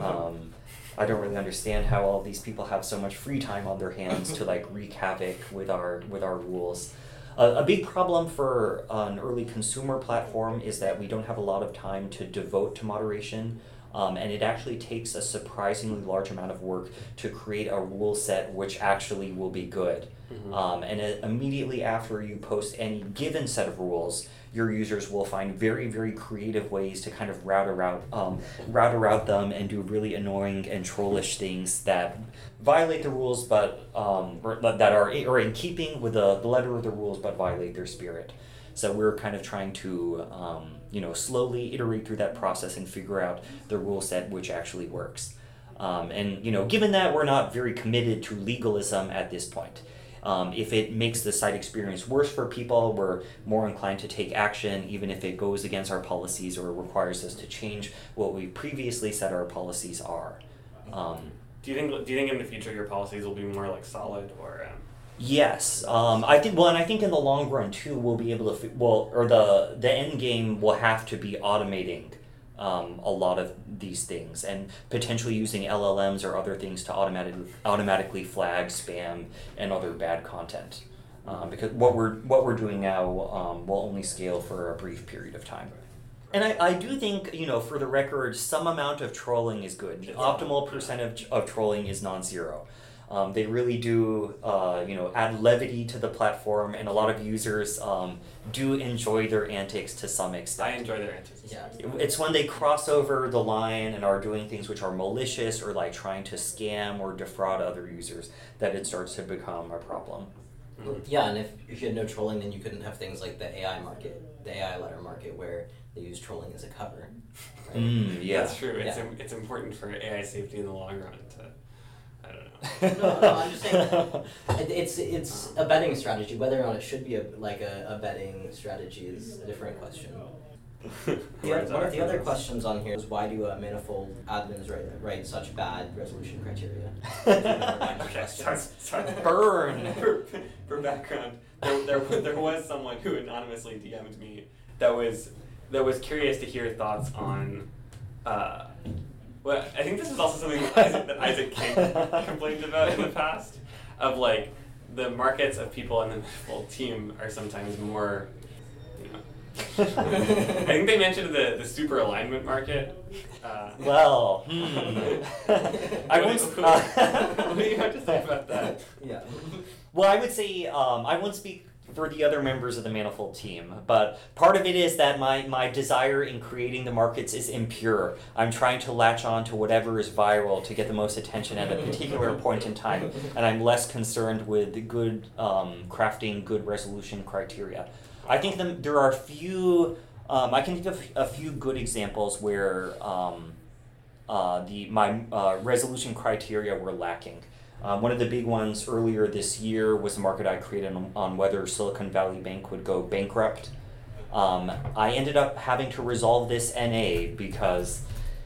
[SPEAKER 4] Um, I don't really understand how all these people have so much free time on their hands to like wreak havoc with our with our rules. A, a big problem for an early consumer platform is that we don't have a lot of time to devote to moderation. Um, and it actually takes a surprisingly large amount of work to create a rule set which actually will be good. Um, and it, immediately after you post any given set of rules, your users will find very, very creative ways to kind of route around, um, route around them and do really annoying and trollish things that violate the rules, but um, or- but that are are in keeping with the, the letter of the rules, but violate their spirit. So we're kind of trying to, um, you know, slowly iterate through that process and figure out the rule set which actually works. Um, and you know, given that we're not very committed to legalism at this point, um, if it makes the site experience worse for people, we're more inclined to take action, even if it goes against our policies or requires us to change what we previously said our policies are. Um,
[SPEAKER 2] do you think? Do you think in the future your policies will be more like solid or? Um,
[SPEAKER 4] Yes, um, I think. Well, and I think in the long run too, we'll be able to. fi- Well, or the the end game will have to be automating um, a lot of these things and potentially using LLMs or other things to automatic automatically flag spam and other bad content. Um, because what we're what we're doing now um, will only scale for a brief period of time. And I, I do think, you know, for the record, some amount of trolling is good. The optimal percent of, of trolling is non zero. Um, they really do, uh, you know, add levity to the platform, and a lot of users um, do enjoy their antics to some extent
[SPEAKER 2] I enjoy their answers.
[SPEAKER 3] Yeah.
[SPEAKER 4] it's when they cross over the line and are doing things which are malicious or like trying to scam or defraud other users that it starts to become a problem.
[SPEAKER 2] Mm.
[SPEAKER 3] Yeah, and if, if you had no trolling, then you couldn't have things like the AI market, the AI letter market, where they use trolling as a cover. Right?
[SPEAKER 4] Mm, yeah.
[SPEAKER 2] That's true. It's
[SPEAKER 3] Yeah.
[SPEAKER 2] im- it's important for AI safety in the long run to. I don't know.
[SPEAKER 3] No, no, I'm just saying- It, it's it's a betting strategy. Whether or not it should be a like a, a betting strategy is a different question. The, oth- one of the other questions on here is why do uh, manifold admins write, write such bad resolution criteria?
[SPEAKER 2] okay, sorry, sorry.
[SPEAKER 4] Burn.
[SPEAKER 2] For, for background, there, there, wa- there was someone who anonymously DM'd me that was that was curious to hear thoughts on. Uh, well, I think this is also something that Isaac, that Isaac King complained about in the past, of like the markets of people in the manifold team are sometimes more. You know, I think they mentioned the, the super alignment market. Uh,
[SPEAKER 4] Well, hmm. I uh,
[SPEAKER 2] What-
[SPEAKER 4] once,
[SPEAKER 2] what do you have to say about that?
[SPEAKER 3] Yeah.
[SPEAKER 4] Well, I would say um, I won't speak for the other members of the Manifold team, but part of it is that my, my desire in creating the markets is impure. I'm trying to latch on to whatever is viral to get the most attention at a particular point in time, and I'm less concerned with good um, crafting good resolution criteria. I think the, there are a few, um, I can think of a few good examples where. Um, uh, the my uh, resolution criteria were lacking. Um, one of the big ones earlier this year was the market I created on, on whether Silicon Valley Bank would go bankrupt. Um, I ended up having to resolve this NA because,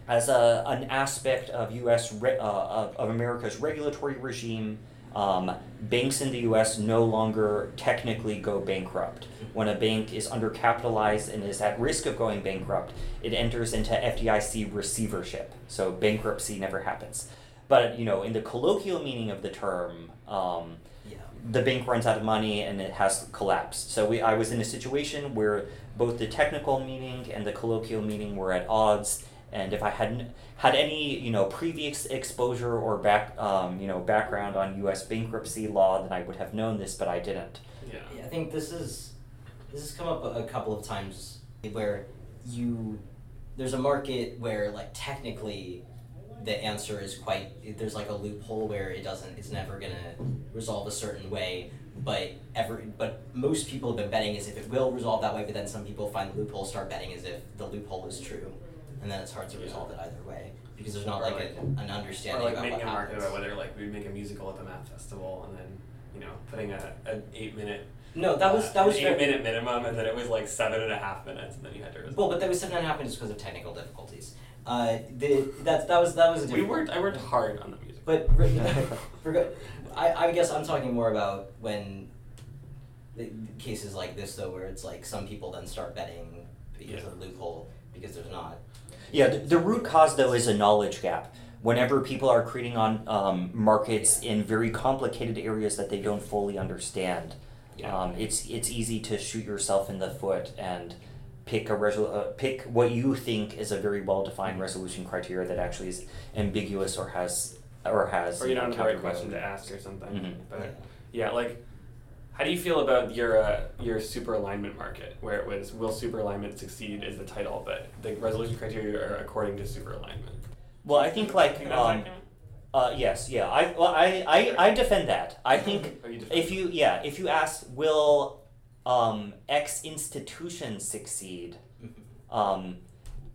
[SPEAKER 4] as a, an aspect of U.S. Re, uh, of, of America's regulatory regime, um, banks in the U.S. no longer technically go bankrupt. When a bank is undercapitalized and is at risk of going bankrupt, it enters into FDIC receivership. So bankruptcy never happens. But you know, in the colloquial meaning of the term, um,
[SPEAKER 3] Yeah.
[SPEAKER 4] the bank runs out of money and it has collapsed. So we, I was in a situation where both the technical meaning and the colloquial meaning were at odds. And if I hadn't had any, you know, previous exposure or back, um, you know, background on U.S. bankruptcy law, then I would have known this, but I didn't.
[SPEAKER 2] Yeah.
[SPEAKER 3] Yeah, I think this is this has come up a, a couple of times where you there's a market where like technically the answer is quite there's like a loophole where it doesn't it's never gonna resolve a certain way but ever but most people have been betting as if it will resolve that way but then some people find the loophole start betting as if the loophole is true and then it's hard to
[SPEAKER 2] Yeah.
[SPEAKER 3] resolve it either way because there's not
[SPEAKER 2] Or
[SPEAKER 3] like,
[SPEAKER 2] like-
[SPEAKER 3] a, an understanding
[SPEAKER 2] or like
[SPEAKER 3] about
[SPEAKER 2] making
[SPEAKER 3] what
[SPEAKER 2] a market
[SPEAKER 3] happens.
[SPEAKER 2] about whether like we make a musical at the math festival and then you know putting a an eight minute uh,
[SPEAKER 3] no that was that was
[SPEAKER 2] an
[SPEAKER 3] very-
[SPEAKER 2] eight minute minimum and then it was like seven and a half minutes and then you had to
[SPEAKER 3] Well,
[SPEAKER 2] resolve.
[SPEAKER 3] but that was something that happened just because of technical difficulties. Uh, the, that, that was that was a
[SPEAKER 2] we
[SPEAKER 3] different-
[SPEAKER 2] worked. I worked hard on the music.
[SPEAKER 3] But re- forgo- I, I guess I'm talking more about when the, the cases like this though, where it's like some people then start betting because
[SPEAKER 2] Yeah.
[SPEAKER 3] of the loophole because there's not.
[SPEAKER 4] Yeah, the, the root cause though is a knowledge gap. Whenever people are creating on um, markets in very complicated areas that they don't fully understand,
[SPEAKER 3] Yeah.
[SPEAKER 4] um, it's it's easy to shoot yourself in the foot and pick a resol- uh, pick what you think is a very well defined resolution criteria that actually is ambiguous or has or has
[SPEAKER 2] or you don't have the right
[SPEAKER 4] countervailing
[SPEAKER 2] question to
[SPEAKER 4] evidence.
[SPEAKER 2] ask or something.
[SPEAKER 4] Mhm.
[SPEAKER 2] But
[SPEAKER 3] Yeah.
[SPEAKER 2] yeah, like how do you feel about your uh, your super alignment market where it was will super alignment succeed is the title, but the resolution criteria are according to super alignment.
[SPEAKER 4] Well, I think like
[SPEAKER 2] Think that's
[SPEAKER 4] um,
[SPEAKER 2] accurate?
[SPEAKER 4] Uh, yes, yeah. I, well, I, I, I defend that. I think
[SPEAKER 2] Oh, you defend
[SPEAKER 4] if you, yeah, if you ask, will um, X institution succeed, um,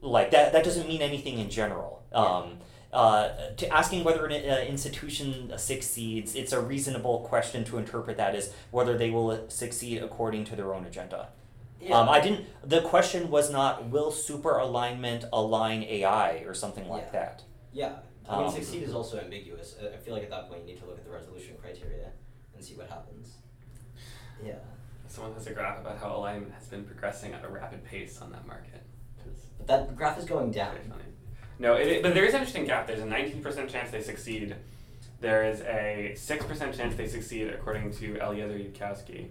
[SPEAKER 4] like that, that doesn't mean anything in general. Um, uh, to asking whether an uh, institution succeeds, it's a reasonable question to interpret that as whether they will succeed according to their own agenda. Um, I didn't. The question was not will super alignment align AI or something like
[SPEAKER 3] Yeah.
[SPEAKER 4] that.
[SPEAKER 3] Yeah, I mean,
[SPEAKER 4] Um,
[SPEAKER 3] succeed is also ambiguous. I, I feel like at that point you need to look at the resolution criteria and see what happens. Yeah.
[SPEAKER 2] Someone has a graph about how alignment has been progressing at a rapid pace on that market. It's
[SPEAKER 3] But that graph is going down.
[SPEAKER 2] very funny. No, it, it- but there is an interesting gap. There's a 19% chance they succeed. There is a 6% chance they succeed, according to Eliezer Yudkowsky.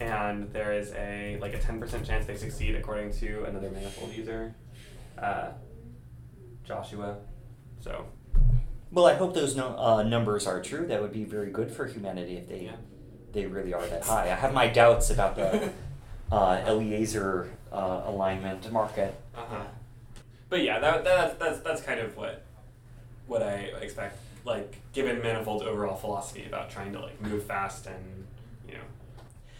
[SPEAKER 2] And there is a like a 10% chance they succeed, according to another manifold user, uh, Joshua. So,
[SPEAKER 4] Well, I hope those no, uh, numbers are true. That would be very good for humanity if they
[SPEAKER 2] Yeah.
[SPEAKER 4] they really are that high. I have my doubts about the uh, Eliezer uh, alignment market.
[SPEAKER 2] uh huh. But yeah, that, that, that's, that's kind of what what I expect. Like, given Manifold's overall philosophy about trying to like move fast and you know.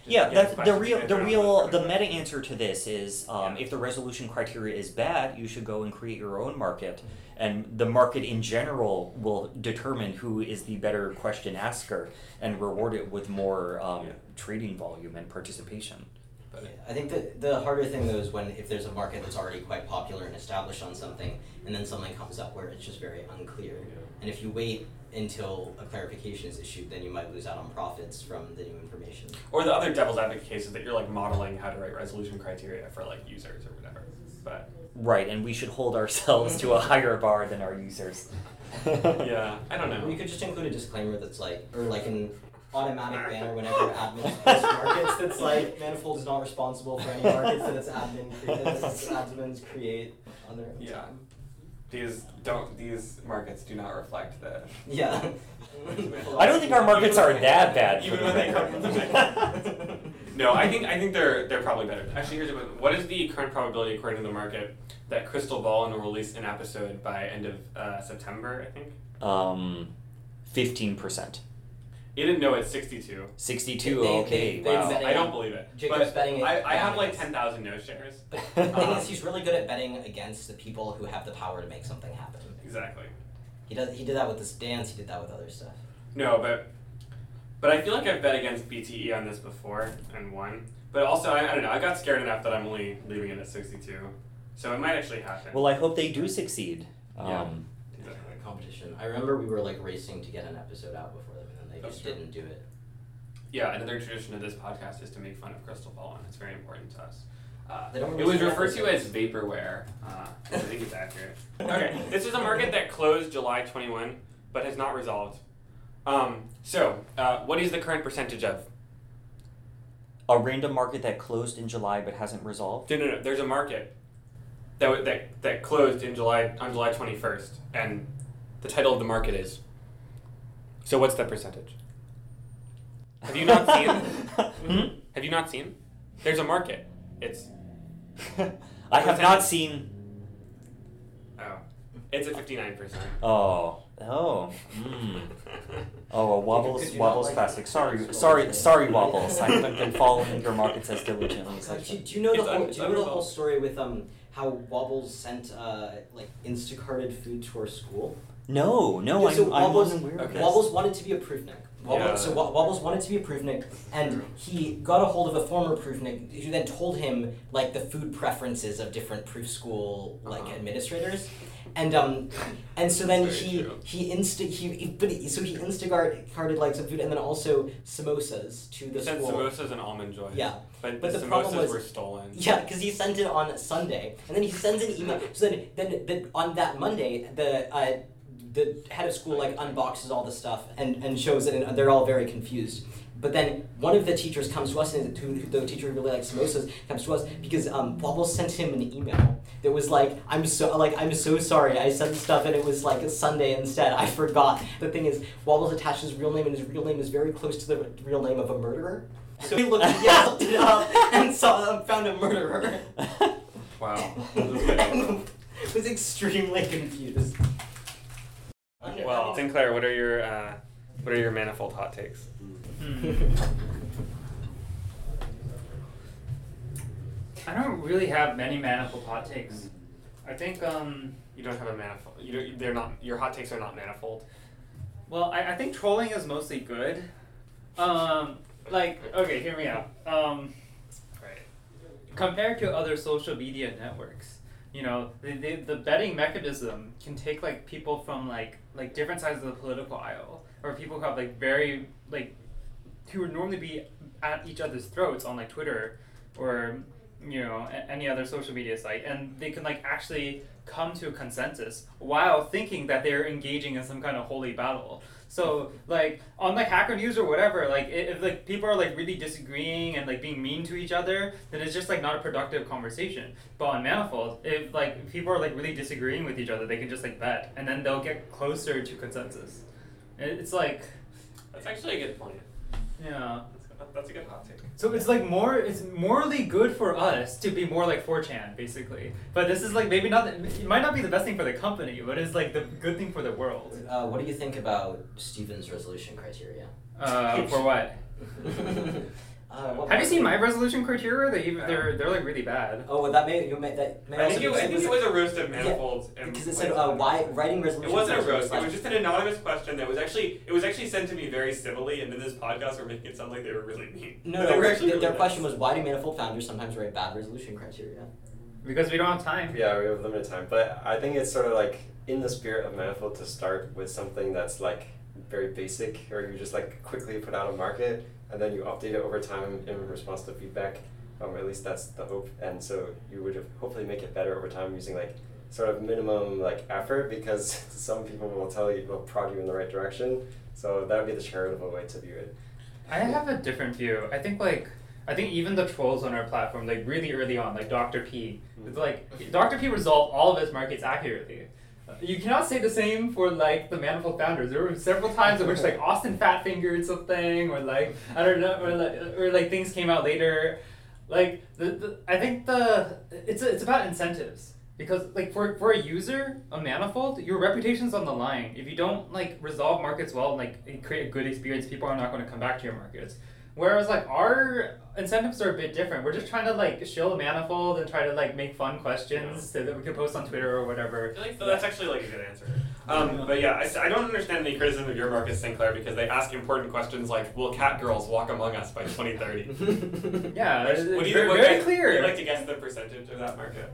[SPEAKER 2] just
[SPEAKER 4] Yeah,
[SPEAKER 2] get
[SPEAKER 4] that's the
[SPEAKER 2] questions
[SPEAKER 4] real,
[SPEAKER 2] answered
[SPEAKER 4] the
[SPEAKER 2] on
[SPEAKER 4] real, the
[SPEAKER 2] quick.
[SPEAKER 4] meta answer to this is um,
[SPEAKER 2] Yeah.
[SPEAKER 4] if the resolution criteria is bad, you should go and create your own market, and the market in general will determine who is the better question asker and reward it with more um,
[SPEAKER 2] Yeah.
[SPEAKER 4] trading volume and participation.
[SPEAKER 2] But
[SPEAKER 6] But it-
[SPEAKER 3] I think that the harder thing though is when if there's a market that's already quite popular and established on something, and then something comes up where it's just very unclear. And if you wait until a clarification is issued, then you might lose out on profits from the new information.
[SPEAKER 2] Or the other devil's advocate case is that you're like modeling how to write resolution criteria for like users or whatever. But
[SPEAKER 4] Right, and we should hold ourselves to a higher bar than our users.
[SPEAKER 2] yeah, I don't know.
[SPEAKER 3] Or you could just include a disclaimer that's like, or like an automatic banner whenever admins post markets that's like Manifold is not responsible for any markets that its admin cre- that its admins create on their own
[SPEAKER 2] Yeah.
[SPEAKER 3] time.
[SPEAKER 2] These don't these markets do not reflect the
[SPEAKER 3] Yeah.
[SPEAKER 4] I don't think our markets are that bad. for
[SPEAKER 2] Even
[SPEAKER 4] the
[SPEAKER 2] when they
[SPEAKER 4] record.
[SPEAKER 2] come from the No, I think I think they're they're probably better. Actually, here's a question. What is the current probability according to the market that Crystal Ballin will release an episode by end of uh, September? I think
[SPEAKER 4] um, fifteen percent,
[SPEAKER 2] you didn't know it's sixty-two.
[SPEAKER 4] sixty-two.
[SPEAKER 3] They- they-
[SPEAKER 4] okay,
[SPEAKER 3] they
[SPEAKER 4] wow.
[SPEAKER 3] bet-
[SPEAKER 2] I don't believe it.
[SPEAKER 3] Jacob's
[SPEAKER 2] but
[SPEAKER 3] betting it
[SPEAKER 2] I, I have
[SPEAKER 3] wrong.
[SPEAKER 2] like ten thousand no shares.
[SPEAKER 3] The thing is, he's really good at betting against the people who have the power to make something happen.
[SPEAKER 2] Um, Exactly.
[SPEAKER 3] He does. He did that with this dance. He did that with other stuff.
[SPEAKER 2] No, but but I feel like I've bet against BTE on this before and won. But also, I, I don't know. I got scared enough that I'm only leaving it at sixty-two, so it might actually happen.
[SPEAKER 4] Well, I hope they do succeed.
[SPEAKER 2] Yeah.
[SPEAKER 4] Um,
[SPEAKER 2] Exactly.
[SPEAKER 3] Competition. I remember we were like racing to get an episode out before them, and then they
[SPEAKER 2] That's
[SPEAKER 3] just
[SPEAKER 2] true.
[SPEAKER 3] didn't do it.
[SPEAKER 2] Yeah, another tradition of this podcast is to make fun of Crystal Ballin. It's very important to us. Uh,
[SPEAKER 3] They don't
[SPEAKER 2] it was
[SPEAKER 3] release
[SPEAKER 2] referred to as
[SPEAKER 3] episodes.
[SPEAKER 2] vaporware. Uh, I think it's accurate. Okay, this is a market that closed July 21, but has not resolved. Um, so, uh, what is the current percentage of?
[SPEAKER 4] a random market that closed in July but hasn't resolved.
[SPEAKER 2] No, no, no. There's a market that w- that that closed in July on July 21st, and the title of the market is. So, what's that percentage? Have you not
[SPEAKER 4] seen?
[SPEAKER 2] Have you not seen? There's a market. It's
[SPEAKER 3] Hmm?
[SPEAKER 4] I have not seen.
[SPEAKER 2] oh, it's at 59 percent.
[SPEAKER 4] Oh, oh, mm. oh, a wobbles,
[SPEAKER 3] Could you not
[SPEAKER 4] wobbles
[SPEAKER 3] like-
[SPEAKER 4] plastic. Sorry,
[SPEAKER 3] Scroll
[SPEAKER 4] sorry,
[SPEAKER 3] down.
[SPEAKER 4] sorry, wobbles. I haven't been following your markets as diligently. as I
[SPEAKER 3] God, do,
[SPEAKER 4] should.
[SPEAKER 3] do you know the
[SPEAKER 2] It's un-
[SPEAKER 3] whole?
[SPEAKER 2] it's
[SPEAKER 3] Do you know the whole
[SPEAKER 2] unresolved.
[SPEAKER 3] story with um how Wobbles sent uh like Instacarted food to our school?
[SPEAKER 4] No, no,
[SPEAKER 3] Yeah, so
[SPEAKER 4] I'm, I'm
[SPEAKER 3] Wobbles,
[SPEAKER 4] unaware of
[SPEAKER 2] okay.
[SPEAKER 4] this.
[SPEAKER 3] Wobbles wanted to be a Pruvnik. Wobbles,
[SPEAKER 2] Yeah.
[SPEAKER 3] So Wo- Wobbles wanted to be a Pruvnik, and he got a hold of a former Pruvnik who then told him like the food preferences of different Proof School like
[SPEAKER 2] Uh-huh.
[SPEAKER 3] administrators, and um, and so then
[SPEAKER 2] Very
[SPEAKER 3] he
[SPEAKER 2] true.
[SPEAKER 3] he insta he, he- but he, so he instacart carded like some food and then also samosas to the
[SPEAKER 2] sent
[SPEAKER 3] school.
[SPEAKER 2] samosas and almond joy.
[SPEAKER 3] Yeah.
[SPEAKER 2] but,
[SPEAKER 3] But
[SPEAKER 2] the,
[SPEAKER 3] the problem
[SPEAKER 2] samosas
[SPEAKER 3] was-
[SPEAKER 2] were stolen.
[SPEAKER 3] Yeah, because he sent it on Sunday, and then he sends an email. So then, then, then on that Monday, the uh, the head of school like unboxes all the stuff and, and shows it, and they're all very confused. But then one of the teachers comes to us, and who, who- the teacher who really likes samosas comes to us because um, Wobble sent him an email that was like, "I'm so like I'm so sorry, I sent stuff and it was like a Sunday instead. I forgot." The thing is, Wobble's attached his real name, and his real name is very close to the real name of a murderer. So he looked, yeah, looked it up and saw um, found a murderer.
[SPEAKER 2] Wow.
[SPEAKER 3] And was extremely confused.
[SPEAKER 2] well, Sinclair, what are your uh, what are your manifold hot takes?
[SPEAKER 3] Hmm.
[SPEAKER 7] I don't really have many manifold hot takes. I think, um,
[SPEAKER 2] You don't have a manifold. You don't, they're not. Your hot takes are not manifold.
[SPEAKER 7] well, I, I think trolling is mostly good. Um, like, okay, hear me out. Um,
[SPEAKER 2] Right.
[SPEAKER 7] compared to other social media networks you know the, the, the betting mechanism can take like people from like like different sides of the political aisle or people who have like very like who would normally be at each other's throats on like twitter or you know a- any other social media site and they can like actually come to a consensus while thinking that they're engaging in some kind of holy battle so like on like Hacker News or whatever, like i- if like people are like really disagreeing and like being mean to each other, then it's just like not a productive conversation. But on Manifold, if like people are like really disagreeing with each other, they can just like bet, and then they'll get closer to consensus. It- It's like
[SPEAKER 2] That's actually a good point.
[SPEAKER 7] yeah.
[SPEAKER 2] That's, that's a good hot take.
[SPEAKER 7] So it's like more it's morally good for us to be more like 4chan basically. But this is like maybe not the, it might not be the best thing for the company, but it's like the good thing for the world.
[SPEAKER 3] Uh, what do you think about Stephen's resolution criteria?
[SPEAKER 7] Uh, for what?
[SPEAKER 3] uh, Uh, what
[SPEAKER 7] Have you seen
[SPEAKER 3] market?
[SPEAKER 7] my resolution criteria? They even, they're they're like really bad.
[SPEAKER 3] Oh, well, that may you may that may
[SPEAKER 2] I
[SPEAKER 3] also
[SPEAKER 2] think,
[SPEAKER 3] be
[SPEAKER 2] it, I think it was a roast of
[SPEAKER 3] Yeah,
[SPEAKER 2] manifolds. and
[SPEAKER 3] because it said
[SPEAKER 2] like-
[SPEAKER 3] uh, why writing resolution.
[SPEAKER 2] It wasn't a
[SPEAKER 3] questions
[SPEAKER 2] roast. It
[SPEAKER 3] slash-
[SPEAKER 2] was just an anonymous question that was actually it was actually sent to me very civilly, and then this podcast were making it sound like they were really mean.
[SPEAKER 3] No,
[SPEAKER 2] But
[SPEAKER 3] no.
[SPEAKER 2] they were
[SPEAKER 3] their-
[SPEAKER 2] actually really
[SPEAKER 3] their
[SPEAKER 2] nice.
[SPEAKER 3] question was why do manifold founders sometimes write bad resolution criteria?
[SPEAKER 7] Because we don't have time.
[SPEAKER 6] Yeah, we have limited time, but I think it's sort of like in the spirit of Manifold to start with something that's like very basic, or you just like quickly put out a market, and then you update it over time in response to feedback. Um, at least that's the hope, and so you would hopefully make it better over time using like sort of minimum like effort because some people will tell you will prod you in the right direction. So that would be the charitable way to view it.
[SPEAKER 7] I have a different view. I think like I think even the trolls on our platform, like really early on, like Dr. P,
[SPEAKER 2] Hmm.
[SPEAKER 7] it's like Dr. P resolved all of his markets accurately. You cannot say the same for like the manifold founders. There were several times in which like Austin fat fingered something, or like I don't know, or like or like things came out later. Like the, the I think the it's it's about incentives because like for for a user a manifold your reputation's on the line if you don't like resolve markets well and, like and create a good experience people are not going to come back to your markets whereas like our incentives are a bit different we're just trying to like shill a manifold and try to like make fun questions so that we can post on twitter or whatever
[SPEAKER 2] I feel like that's actually like a good answer. Um, but yeah, I s- I, don't understand any criticism of your Marcus Sinclair because they ask important questions like, "Will cat girls walk among us by 2030?"
[SPEAKER 7] yeah
[SPEAKER 2] Which-
[SPEAKER 7] it's-
[SPEAKER 2] what do
[SPEAKER 7] it's
[SPEAKER 2] you-
[SPEAKER 7] very,
[SPEAKER 2] what
[SPEAKER 7] very
[SPEAKER 2] guess-
[SPEAKER 7] clear
[SPEAKER 2] Would you like to guess the percentage of that market?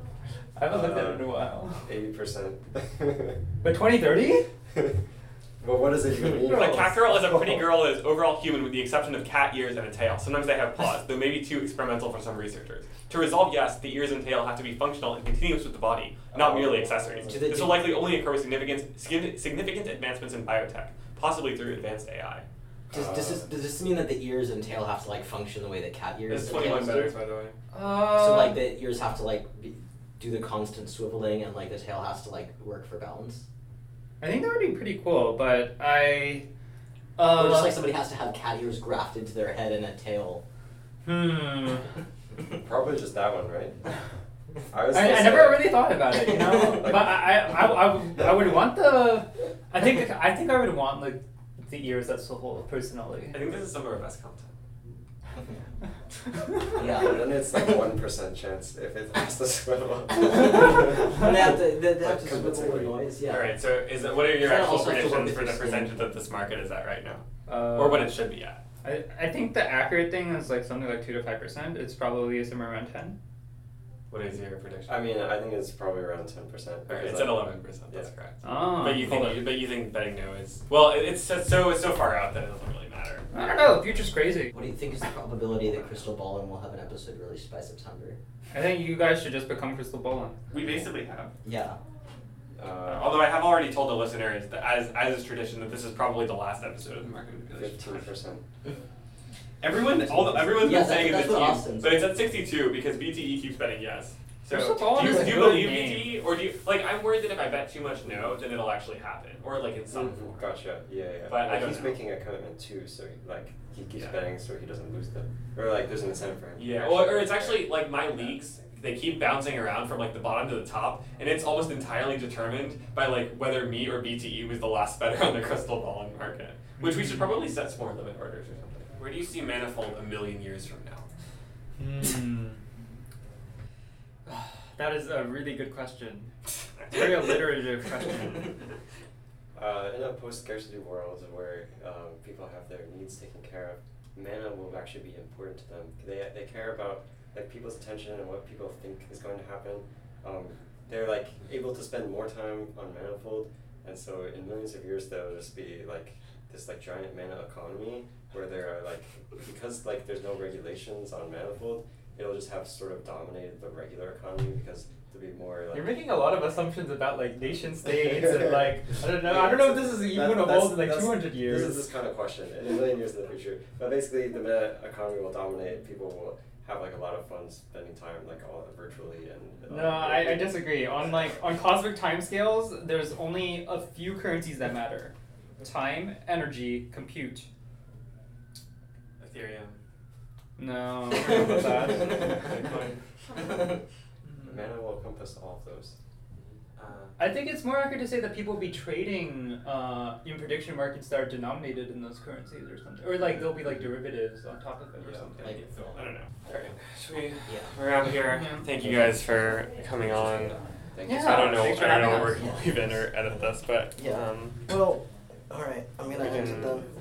[SPEAKER 7] i haven't looked at it in a while
[SPEAKER 6] Um, Eighty percent.
[SPEAKER 7] but 2030
[SPEAKER 6] But what does it even mean?
[SPEAKER 2] A cat girl is a pretty girl that is overall human with the exception of cat ears and a tail. Sometimes they have claws, though maybe too experimental for some researchers. To resolve yes, the ears and tail have to be functional and continuous with the body, not merely accessories.
[SPEAKER 3] Do they-
[SPEAKER 2] This will likely only occur with significant, signi- significant advancements in biotech, possibly through advanced AI.
[SPEAKER 3] Does, does, this,
[SPEAKER 6] Uh,
[SPEAKER 3] does this mean that the ears and tail have to like function the way that cat ears?
[SPEAKER 2] It's
[SPEAKER 3] and tails
[SPEAKER 2] 21 better,
[SPEAKER 3] do?
[SPEAKER 2] by the way.
[SPEAKER 7] uh,
[SPEAKER 5] Um,
[SPEAKER 3] So like the ears have to like be, do the constant swiveling, and like the tail has to like work for balance.
[SPEAKER 7] i think that would be pretty cool but i
[SPEAKER 3] or
[SPEAKER 7] uh,
[SPEAKER 3] just like somebody has to have cat ears grafted to their head and a tail.
[SPEAKER 7] hmm
[SPEAKER 6] Probably just that one, right? I was.
[SPEAKER 7] I, I
[SPEAKER 6] gonna
[SPEAKER 7] never
[SPEAKER 6] say-
[SPEAKER 7] really thought about it, you know. but I, I, I, I, would, I would want the. I think I think I would want like the ears that swivel personally.
[SPEAKER 2] I think this is some of our best content.
[SPEAKER 3] Yeah.
[SPEAKER 6] Then it's like one percent chance if it has to swivel.
[SPEAKER 3] and they have to they, they have
[SPEAKER 6] Like
[SPEAKER 3] to swivel the
[SPEAKER 6] convincingly.
[SPEAKER 3] noise. Yeah.
[SPEAKER 2] All right. So, is it, what are your
[SPEAKER 3] So
[SPEAKER 2] actual
[SPEAKER 3] also have to work
[SPEAKER 2] predictions
[SPEAKER 3] with
[SPEAKER 2] for the
[SPEAKER 3] your skin.
[SPEAKER 2] percentage that this market is at right now,
[SPEAKER 7] Uh,
[SPEAKER 2] or what it should be at?
[SPEAKER 7] I, I think the accurate thing is like something like two to five percent. It's probably somewhere around ten.
[SPEAKER 2] What is your prediction?
[SPEAKER 6] I mean, I think it's probably around ten percent.
[SPEAKER 2] All right, it's at eleven percent. That's
[SPEAKER 6] Yeah.
[SPEAKER 2] correct.
[SPEAKER 7] Oh,
[SPEAKER 2] but you think, but you think betting no is well, it- it's so so- it's so far out that it doesn't really matter.
[SPEAKER 7] I don't know. The future's crazy.
[SPEAKER 3] What do you think is the probability that Crystal Ballin will have an episode released by September?
[SPEAKER 7] I think you guys should just become Crystal Ballin.
[SPEAKER 2] We basically have.
[SPEAKER 3] Yeah.
[SPEAKER 6] Uh,
[SPEAKER 2] Although I have already told the listeners that, as as is tradition, that this is probably the last episode of the market manipulation.
[SPEAKER 6] fifteen percent.
[SPEAKER 2] Everyone, all the, everyone's
[SPEAKER 3] Yeah,
[SPEAKER 2] been
[SPEAKER 3] that's-
[SPEAKER 2] saying
[SPEAKER 3] that's
[SPEAKER 2] it's
[SPEAKER 3] what
[SPEAKER 2] 15,
[SPEAKER 3] Austin
[SPEAKER 2] but it's at 62 because BTE keeps betting yes. So
[SPEAKER 7] Crystal Ball
[SPEAKER 2] do you,
[SPEAKER 7] is a
[SPEAKER 2] do you
[SPEAKER 7] good
[SPEAKER 2] believe
[SPEAKER 7] name.
[SPEAKER 2] BTE, or do you like? I'm worried that if I bet too much no, then it'll actually happen, or like in some form.
[SPEAKER 6] Mm-hmm. Gotcha. Yeah, yeah.
[SPEAKER 2] But I
[SPEAKER 6] Like,
[SPEAKER 2] don't
[SPEAKER 6] he's
[SPEAKER 2] know.
[SPEAKER 6] making a commitment too, so he, like he keeps
[SPEAKER 2] Yeah.
[SPEAKER 6] betting so he doesn't lose them, or like there's an incentive for him. to
[SPEAKER 2] Yeah, or, or it's
[SPEAKER 6] bet.
[SPEAKER 2] actually like my leagues. They keep bouncing around from like the bottom to the top, and it's almost entirely determined by like whether me or BTE was the last better on the crystal ball in market. Which we should probably set some more limit orders or something. Where do you see Manifold a million years from now?
[SPEAKER 7] Hmm. That is a really good question. Very alliterative question.
[SPEAKER 6] Uh, in a post-scarcity world where um, people have their needs taken care of, mana will actually be important to them. They, they care about like people's attention and what people think is going to happen. Um, they're like able to spend more time on manifold, and so in millions of years there'll just be like this like giant mana economy where there are like because like there's no regulations on manifold, it'll just have sort of dominated the regular economy because there'll be more like
[SPEAKER 7] You're making a lot of assumptions about like nation states and like I don't know. I don't know if this is
[SPEAKER 6] That-
[SPEAKER 7] even
[SPEAKER 6] that's-
[SPEAKER 7] evolved in like
[SPEAKER 6] that's-
[SPEAKER 7] two hundred years.
[SPEAKER 6] This is this kind of question in a million years in the future. But basically, the meta economy will dominate. People will have like a lot of fun spending time like all virtually and. uh,
[SPEAKER 7] No, I, I disagree. On like on cosmic timescales, there's only a few currencies that matter: time, energy, compute.
[SPEAKER 2] Ethereum.
[SPEAKER 7] No, I don't know about that.
[SPEAKER 2] Bitcoin.
[SPEAKER 6] Mana will encompass all of those. Uh,
[SPEAKER 7] I think it's more accurate to say that people will be trading uh, in prediction markets that are denominated in those currencies or something, or like there'll be like derivatives on top of it or
[SPEAKER 6] Yeah,
[SPEAKER 7] something.
[SPEAKER 3] like-
[SPEAKER 2] So I don't know. All right, should we
[SPEAKER 3] Yeah.
[SPEAKER 2] wrap here?
[SPEAKER 7] Yeah.
[SPEAKER 2] Thank you guys for coming on.
[SPEAKER 6] thank
[SPEAKER 7] Yeah.
[SPEAKER 6] you so
[SPEAKER 2] I don't know.
[SPEAKER 7] Thanks for
[SPEAKER 2] I don't know
[SPEAKER 7] having
[SPEAKER 2] where
[SPEAKER 7] us.
[SPEAKER 2] we're gonna leave in or edit this, but
[SPEAKER 3] Yeah.
[SPEAKER 2] um,
[SPEAKER 3] Well, all right. I'm gonna
[SPEAKER 2] We
[SPEAKER 3] exit
[SPEAKER 2] can-
[SPEAKER 3] them.